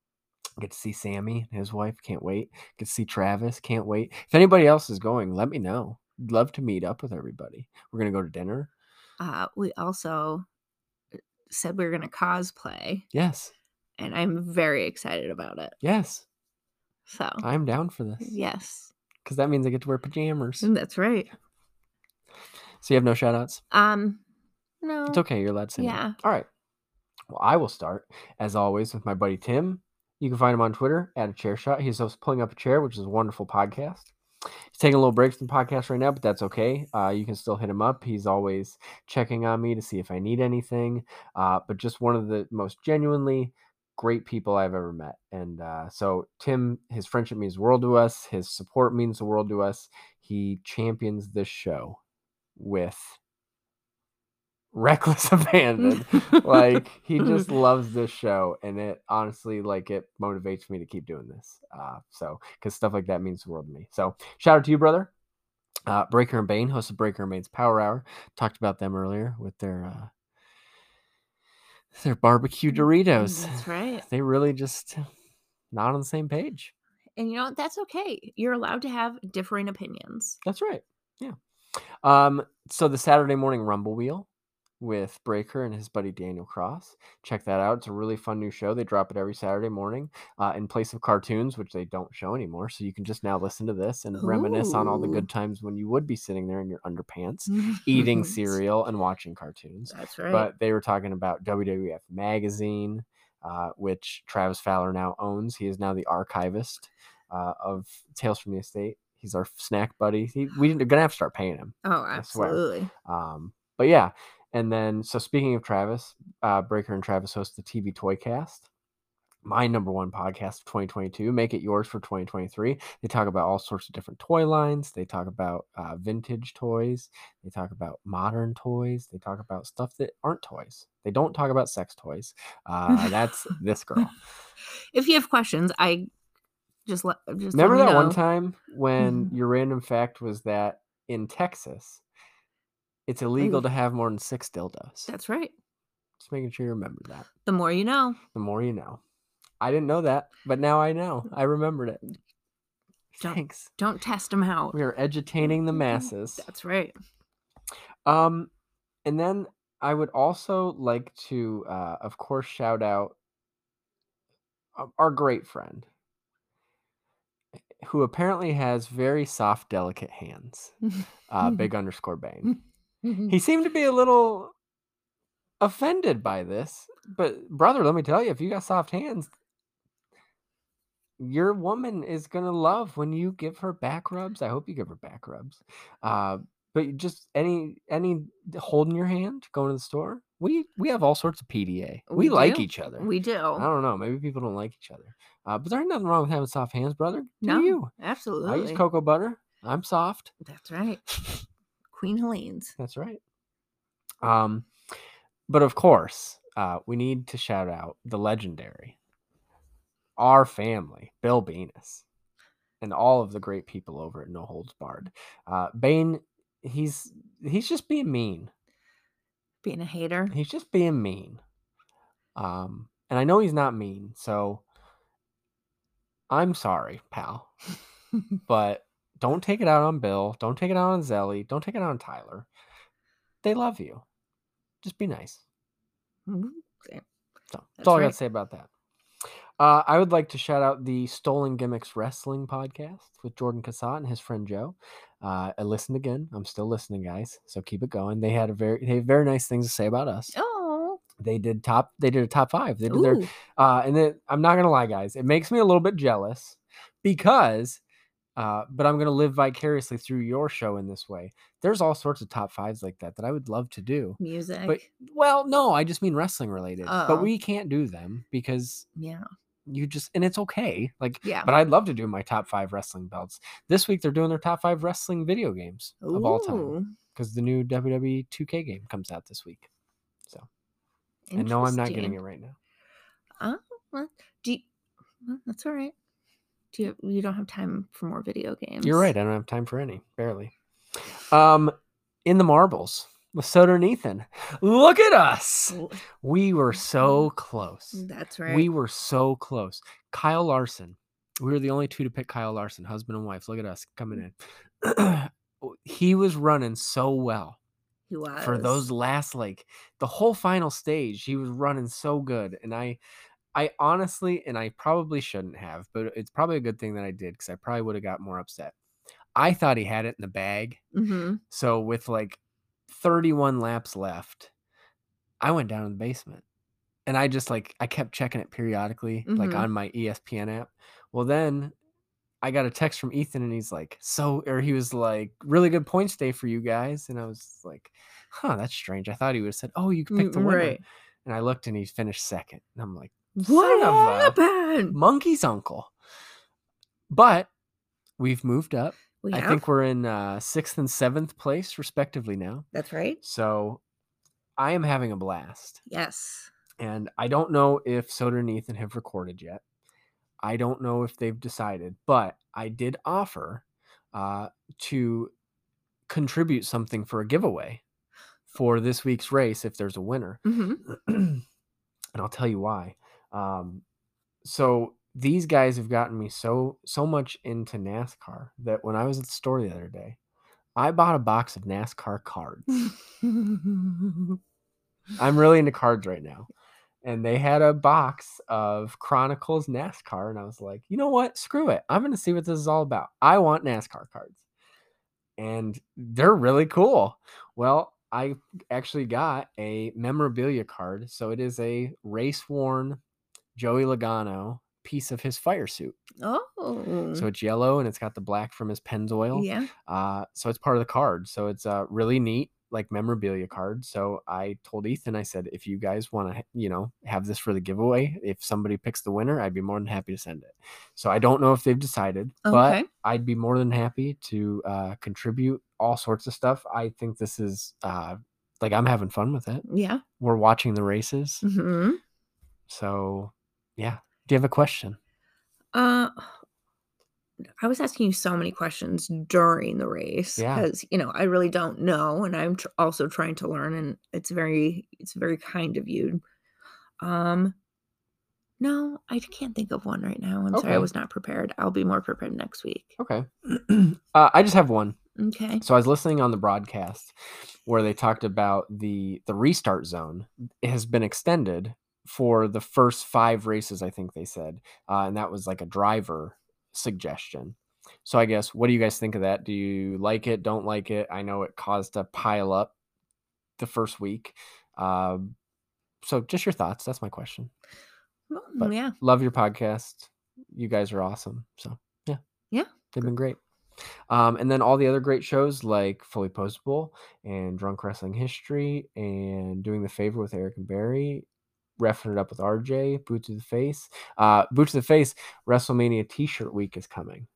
Speaker 3: Get to see Sammy and his wife. Can't wait. Get to see Travis. Can't wait. If anybody else is going, let me know. I'd Love to meet up with everybody. We're gonna go to dinner.
Speaker 2: Uh, we also uh, said we were going to cosplay,
Speaker 3: Yes,
Speaker 2: and I'm very excited about it.
Speaker 3: yes,
Speaker 2: So,
Speaker 3: I'm down for this
Speaker 2: yes,
Speaker 3: because that means I get to wear pajamas. So
Speaker 2: that's right.
Speaker 3: you have no shout outs.
Speaker 2: Um, no.
Speaker 3: It's okay. You're allowed to say no.
Speaker 2: Yeah.
Speaker 3: All right. Well, I will start as always with my buddy Tim. You can find him on Twitter at a chair shot. He's host pulling up a chair, which is a wonderful podcast. He's taking a little break from the podcast right now, but that's okay. Uh, you can still hit him up. He's always checking on me to see if I need anything. Uh, but just one of the most genuinely great people I've ever met. And uh, so Tim, his friendship means the world to us. His support means the world to us. He champions this show with reckless abandon. like he just loves this show, and it honestly like it motivates me to keep doing this. Uh, so because stuff like that means the world to me. So shout out to you, brother. Uh, Breaker and Bane, host of Breaker and Bane's Power Hour, talked about them earlier with their uh, their barbecue Doritos.
Speaker 2: Mm, That's right.
Speaker 3: They really just not on the same page.
Speaker 2: And you know, what? that's okay. You're allowed to have differing opinions.
Speaker 3: That's right. Yeah. Um, so the Saturday morning Rumble Wheel with Breaker and his buddy Daniel Cross. Check that out. It's a really fun new show. They drop it every Saturday morning uh, in place of cartoons, which they don't show anymore. So you can just now listen to this and reminisce on all the
Speaker 2: Ooh.
Speaker 3: good times when you would be sitting there in your underpants, eating
Speaker 2: Mm-hmm.
Speaker 3: cereal and watching cartoons.
Speaker 2: That's right.
Speaker 3: But they were talking about WWF Magazine, uh, which Travis Fowler now owns. He is now the archivist uh, of Tales from the Estate. He's our snack buddy. He, we're going to have to start paying him.
Speaker 2: oh,
Speaker 3: I swear.
Speaker 2: absolutely.
Speaker 3: Um, but yeah, and then so speaking of Travis, uh, Breaker and Travis host the TV Toycast, my number one podcast of 2022. Make it yours for 2023. They talk about all sorts of different toy lines. They talk about uh, vintage toys. They talk about modern toys. They talk about stuff that aren't toys. They don't talk about sex toys. Uh, that's this girl.
Speaker 2: If you have questions, I just let just let
Speaker 3: Remember
Speaker 2: me
Speaker 3: that one
Speaker 2: know.
Speaker 3: time when
Speaker 2: Mhm.
Speaker 3: your random fact was that in Texas, it's illegal to have more than six dildos.
Speaker 2: That's right.
Speaker 3: Just making sure you remember that.
Speaker 2: The more you know.
Speaker 3: The more you know. I didn't know that, but now I know. I remembered it.
Speaker 2: Don't-
Speaker 3: Thanks.
Speaker 2: Don't test them out.
Speaker 3: We are edutaining the masses.
Speaker 2: That's right.
Speaker 3: Um, and then I would also like to, uh, of course, shout out o- our great friend who apparently has very soft, delicate hands. Uh, big underscore Bane. he seemed to be a little offended by this but brother let me tell you if you got soft hands your woman is gonna love when you give her back rubs i hope you give her back rubs uh, but you just any any holding your hand going to the store we we have all sorts of pda we,
Speaker 2: We
Speaker 3: like
Speaker 2: do.
Speaker 3: each other
Speaker 2: we do.
Speaker 3: i don't know maybe people don't like each other uh, but there ain't nothing wrong with having soft hands brother Do
Speaker 2: No,
Speaker 3: you
Speaker 2: absolutely.
Speaker 3: i use cocoa butter i'm soft
Speaker 2: That's right. Queen Helene's.
Speaker 3: That's right. Um, but of course, uh, we need to shout out the legendary, our family, Bill Venus, and all of the great people over at No Holds Barred. Uh, Bane, he's he's just being mean.
Speaker 2: Being a hater.
Speaker 3: He's just being mean. Um, and I know he's not mean, so I'm sorry, pal. but don't take it out on Bill. Don't take it out on Zelly. Don't take it out on Tyler. They love you. Just be nice.
Speaker 2: Mhm.
Speaker 3: So that's
Speaker 2: That's
Speaker 3: all I got
Speaker 2: right.
Speaker 3: to say about that. Uh, I would like to shout out the Stolen Gimmicks Wrestling podcast with Jordan Cassatt and his friend Joe. Uh, I listened again. I'm still listening, guys. So keep it going. They had a very, they have very nice things to say about us.
Speaker 2: Oh.
Speaker 3: They did top. They did a top five. They did their
Speaker 2: Ooh.
Speaker 3: uh, and then I'm not gonna lie, guys, it makes me a little bit jealous because, uh, but I'm gonna live vicariously through your show in this way. There's all sorts of top fives like that that I would love to do.
Speaker 2: Music.
Speaker 3: But well, no, I just mean wrestling related. But
Speaker 2: Oh.
Speaker 3: we can't do them because
Speaker 2: yeah.
Speaker 3: you just and it's okay. Like,
Speaker 2: Yeah.
Speaker 3: but I'd love to do my top five wrestling belts. This week they're doing their top five wrestling video games of all time
Speaker 2: Ooh,
Speaker 3: because the new WWE 2K game comes out this week. And no, I'm not getting
Speaker 2: interesting.
Speaker 3: it right now.
Speaker 2: Well, Do you, well, that's all right. Do you, you don't have time for more video games.
Speaker 3: You're right. I don't have time for any, barely. Um, in the marbles with Soder and Ethan. Look at us.
Speaker 2: L-
Speaker 3: We were so close.
Speaker 2: That's right.
Speaker 3: We were so close. Kyle Larson. We were the only two to pick Kyle Larson, husband and wife. Look at us coming in. he was running so well
Speaker 2: he was.
Speaker 3: for those last like the whole final stage he was running so good and i i honestly and i probably shouldn't have but it's probably a good thing that i did because i probably would have got more upset i thought he had it in the bag
Speaker 2: hmm
Speaker 3: so with like 31 laps left i went down in the basement and i just like i kept checking it periodically like
Speaker 2: Mhm.
Speaker 3: on my E espn app well then i got a text from ethan and he's like so or he was like really good points day for you guys and i was like huh that's strange i thought he would have said oh you can pick the winner
Speaker 2: Mm, Right.
Speaker 3: and i looked and he finished second and i'm like
Speaker 2: What
Speaker 3: son of a
Speaker 2: happened?
Speaker 3: monkey's uncle but we've moved up
Speaker 2: We
Speaker 3: I
Speaker 2: have-
Speaker 3: think we're in uh, sixth and seventh place, respectively, now.
Speaker 2: that's right.
Speaker 3: So I am having a blast.
Speaker 2: Yes.
Speaker 3: And I don't know if Soda and Ethan have recorded yet. I don't know if they've decided, but I did offer uh, to contribute something for a giveaway for this week's race if there's a winner.
Speaker 2: hmm
Speaker 3: and I'll tell you why. Um, so these guys have gotten me so so much into NASCAR that when I was at the store the other day, I bought a box of NASCAR cards. I'm really into cards right now. And they had a box of Chronicles NASCAR. And I was like, you know what? Screw it. I'm going to see what this is all about. I want NASCAR cards. And they're really cool. Well, I actually got a memorabilia card. So it is a race worn Joey Logano piece of his fire suit.
Speaker 2: oh.
Speaker 3: So it's yellow and it's got the black from his Pennzoil.
Speaker 2: yeah.
Speaker 3: Uh, so it's part of the card. So it's a really neat like memorabilia card. So I told Ethan, I said, if you guys want to, you know, have this for the giveaway, if somebody picks the winner, I'd be more than happy to send it. So I don't know if they've decided, but
Speaker 2: Okay.
Speaker 3: I'd be more than happy to uh, contribute all sorts of stuff. I think this is uh, like I'm having fun with it.
Speaker 2: Yeah.
Speaker 3: We're watching the races.
Speaker 2: hmm
Speaker 3: So yeah. Do you have a question?
Speaker 2: Uh, I was asking you so many questions during the race
Speaker 3: Yeah.
Speaker 2: because you know I really don't know, and I'm tr- also trying to learn, and it's very it's very kind of you. Um, no, I can't think of one right now. I'm sorry, I
Speaker 3: Okay.
Speaker 2: was not prepared. I'll be more prepared next week.
Speaker 3: Okay. uh, I just have one.
Speaker 2: Okay.
Speaker 3: So I was listening on the broadcast where they talked about the the restart zone It has been extended for the first five races. I think they said, uh, and that was like a driver suggestion. So I guess what do you guys think of that? Do you like it? Don't like it? I know it caused a pile up the first week. Um, so just your thoughts. That's my question.
Speaker 2: Well,
Speaker 3: But-
Speaker 2: yeah.
Speaker 3: Love your podcast. You guys are awesome. So yeah.
Speaker 2: Yeah.
Speaker 3: They've been great. Um, and then all the other great shows like Fully Postable and Drunk Wrestling History and Doing the Favor with Eric and Barry, Reffing It Up with RJ, Boot to the Face. Uh, Boot to the Face, WrestleMania t shirt week is coming.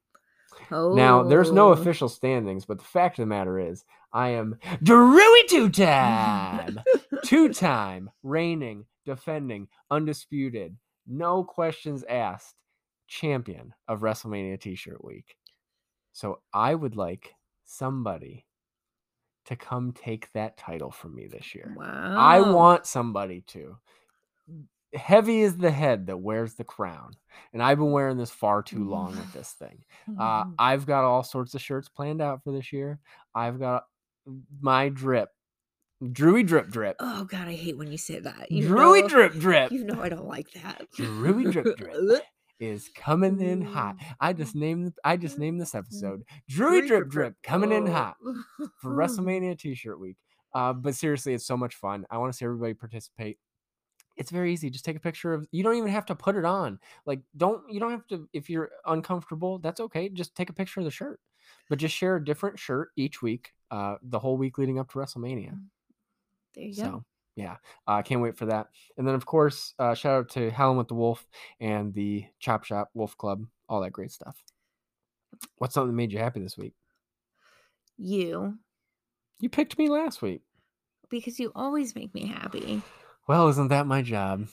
Speaker 2: Oh.
Speaker 3: Now, there's no official standings, but the fact of the matter is, I am Drewy Two Time, two time reigning, defending, undisputed, no questions asked champion of WrestleMania T shirt week. So I would like somebody to come take that title from me this year.
Speaker 2: Wow.
Speaker 3: I want somebody to. Heavy is the head that wears the crown. And I've been wearing this far too long with this thing. Uh,
Speaker 2: Mm.
Speaker 3: I've got all sorts of shirts planned out for this year. I've got mm, my drip, Drewy drip drip,
Speaker 2: oh God, I hate when you say that. You
Speaker 3: Drewy
Speaker 2: know-
Speaker 3: drip drip.
Speaker 2: You know I don't like that.
Speaker 3: Drewy drip drip is coming in hot.
Speaker 2: Mm. Mm-hmm.
Speaker 3: I just named the- I just named this episode Drewy drip drip coming
Speaker 2: oh.
Speaker 3: in hot for
Speaker 2: Hmm.
Speaker 3: WrestleMania T-shirt week. Uh, but seriously, it's so much fun. I want to see everybody participate. It's very easy. Just take a picture of. You don't even have to put it on. Like, don't you don't have to. If you're uncomfortable, that's okay. Just take a picture of the shirt. But just share a different shirt each week, uh, the whole week leading up to WrestleMania.
Speaker 2: There you go.
Speaker 3: So yeah, I uh, can't wait for that. And then of course, uh, shout out to Howlin' with the Wolf and the Chop Shop Wolf Club, all that great stuff. What's something that made you happy this week?
Speaker 2: You,
Speaker 3: You picked me last week.
Speaker 2: because you always make me happy.
Speaker 3: Well, isn't that my job?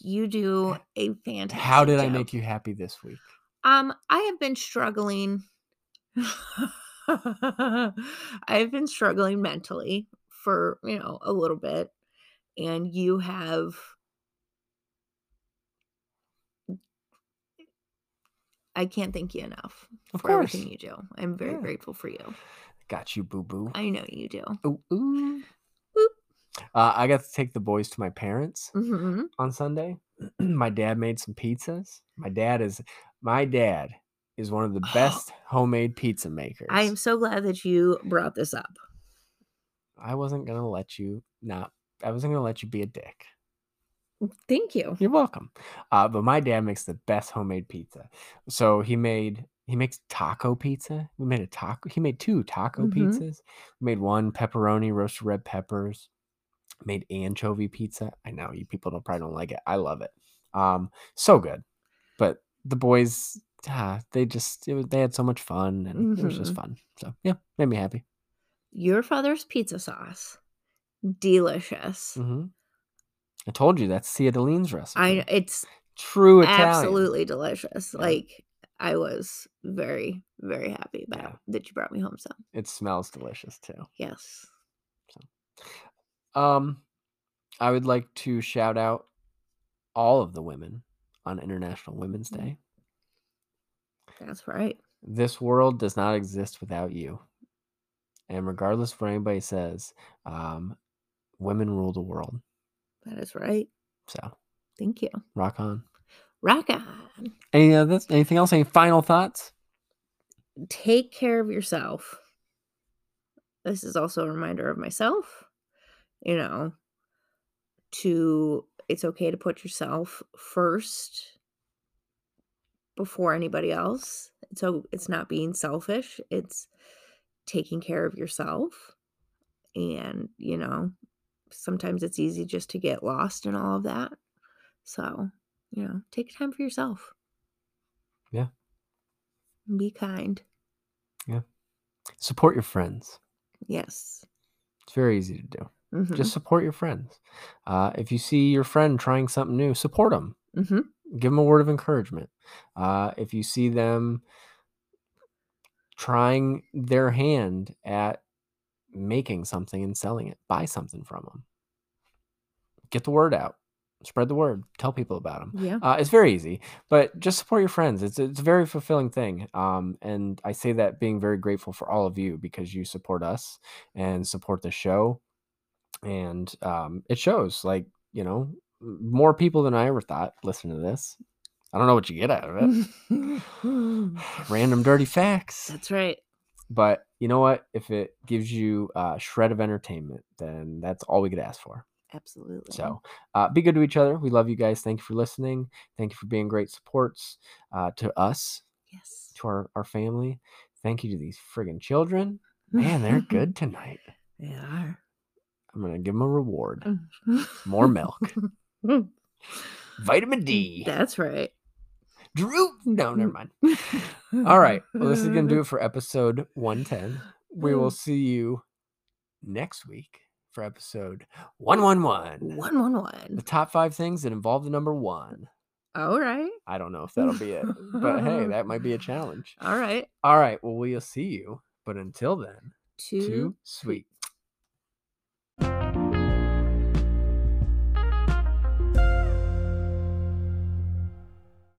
Speaker 2: You do a fantastic.
Speaker 3: How did I
Speaker 2: job.
Speaker 3: make you happy this week?
Speaker 2: Um, I have been struggling. I've been struggling mentally for, you know, a little bit. And you have. I can't thank you enough
Speaker 3: Of
Speaker 2: for
Speaker 3: course.
Speaker 2: everything you do. I'm very
Speaker 3: Yeah.
Speaker 2: grateful for you.
Speaker 3: Got you, boo boo.
Speaker 2: I know you do.
Speaker 3: Ooh, ooh.
Speaker 2: Boop.
Speaker 3: Uh, I got to take the boys to my parents
Speaker 2: hmm
Speaker 3: on Sunday. my dad made some pizzas. My dad is my dad is one
Speaker 2: Oh.
Speaker 3: of the best homemade pizza makers.
Speaker 2: I am so glad that you brought this up.
Speaker 3: I wasn't gonna let you not. I wasn't gonna let you be a dick.
Speaker 2: Thank you.
Speaker 3: You're welcome. Uh, but my dad makes the best homemade pizza. So he made he makes taco pizza. We made a taco. He made two taco
Speaker 2: Mhm.
Speaker 3: pizzas. We made one pepperoni roasted red peppers. Made anchovy pizza. I know you people don't probably don't like it. I love it. Um, so good. But the boys, ah, they just it was, they had so much fun and it was just fun. So yeah, made me happy.
Speaker 2: Your father's pizza sauce delicious.
Speaker 3: hmm I told you that's Cia Deline's recipe.
Speaker 2: I it's
Speaker 3: True Italian.
Speaker 2: absolutely delicious.
Speaker 3: Yeah.
Speaker 2: Like I was very very happy about
Speaker 3: Yeah.
Speaker 2: that you brought me home some.
Speaker 3: It smells delicious too.
Speaker 2: Yes.
Speaker 3: Um, I would like to shout out all of the women on International Women's
Speaker 2: Mhm.
Speaker 3: Day.
Speaker 2: That's right.
Speaker 3: This world does not exist without you. And regardless of what anybody says, um, women rule the world.
Speaker 2: That is right.
Speaker 3: So
Speaker 2: Thank you.
Speaker 3: rock on.
Speaker 2: Rock on.
Speaker 3: Any of this? Anything else? Any final thoughts?
Speaker 2: Take care of yourself. This is also a reminder of myself, you know, to it's okay to put yourself first before anybody else. So it's not being selfish, it's taking care of yourself. And, you know, sometimes it's easy just to get lost in all of that. So, you know, take time for yourself.
Speaker 3: Yeah.
Speaker 2: Be kind.
Speaker 3: Support your friends.
Speaker 2: Yes.
Speaker 3: It's very easy to do.
Speaker 2: Mm-hmm.
Speaker 3: Just support your friends. Uh, if you see your friend trying something new, support them.
Speaker 2: hmm
Speaker 3: give them a word of encouragement. Uh, if you see them trying their hand at making something and selling it, buy something from them. Get the word out, spread the word, tell people about them.
Speaker 2: Yeah.
Speaker 3: Uh, it's very easy, but just support your friends. It's it's a very fulfilling thing. Um, and I say that being very grateful for all of you because you support us and support the show, and um, it shows. Like you know, m- more people than I ever thought listen to this. I don't know what you get out of it. Random dirty facts,
Speaker 2: That's right.
Speaker 3: but you know what? If it gives you a shred of entertainment, then that's all we could ask for.
Speaker 2: Absolutely.
Speaker 3: So uh, be good to each other. We love you guys. Thank you for listening. Thank you for being great supports uh, to us,
Speaker 2: yes.
Speaker 3: to our, our family. Thank you to these friggin' children. Man, they're good tonight.
Speaker 2: they are.
Speaker 3: I'm going to give them a reward.
Speaker 2: Oh.
Speaker 3: More milk. Vitamin D.
Speaker 2: That's right.
Speaker 3: Drew. No, never mind. All right. Well, this is going to do it for episode 110. We will
Speaker 2: Mm.
Speaker 3: see you next week for episode 111.
Speaker 2: One one
Speaker 3: The
Speaker 2: one.
Speaker 3: top five things that involve the number one.
Speaker 2: All right.
Speaker 3: I don't know if that'll be it, but hey, that might be a challenge.
Speaker 2: All right.
Speaker 3: All right. Well, we'll see you. But until then,
Speaker 2: Two.
Speaker 3: too sweet.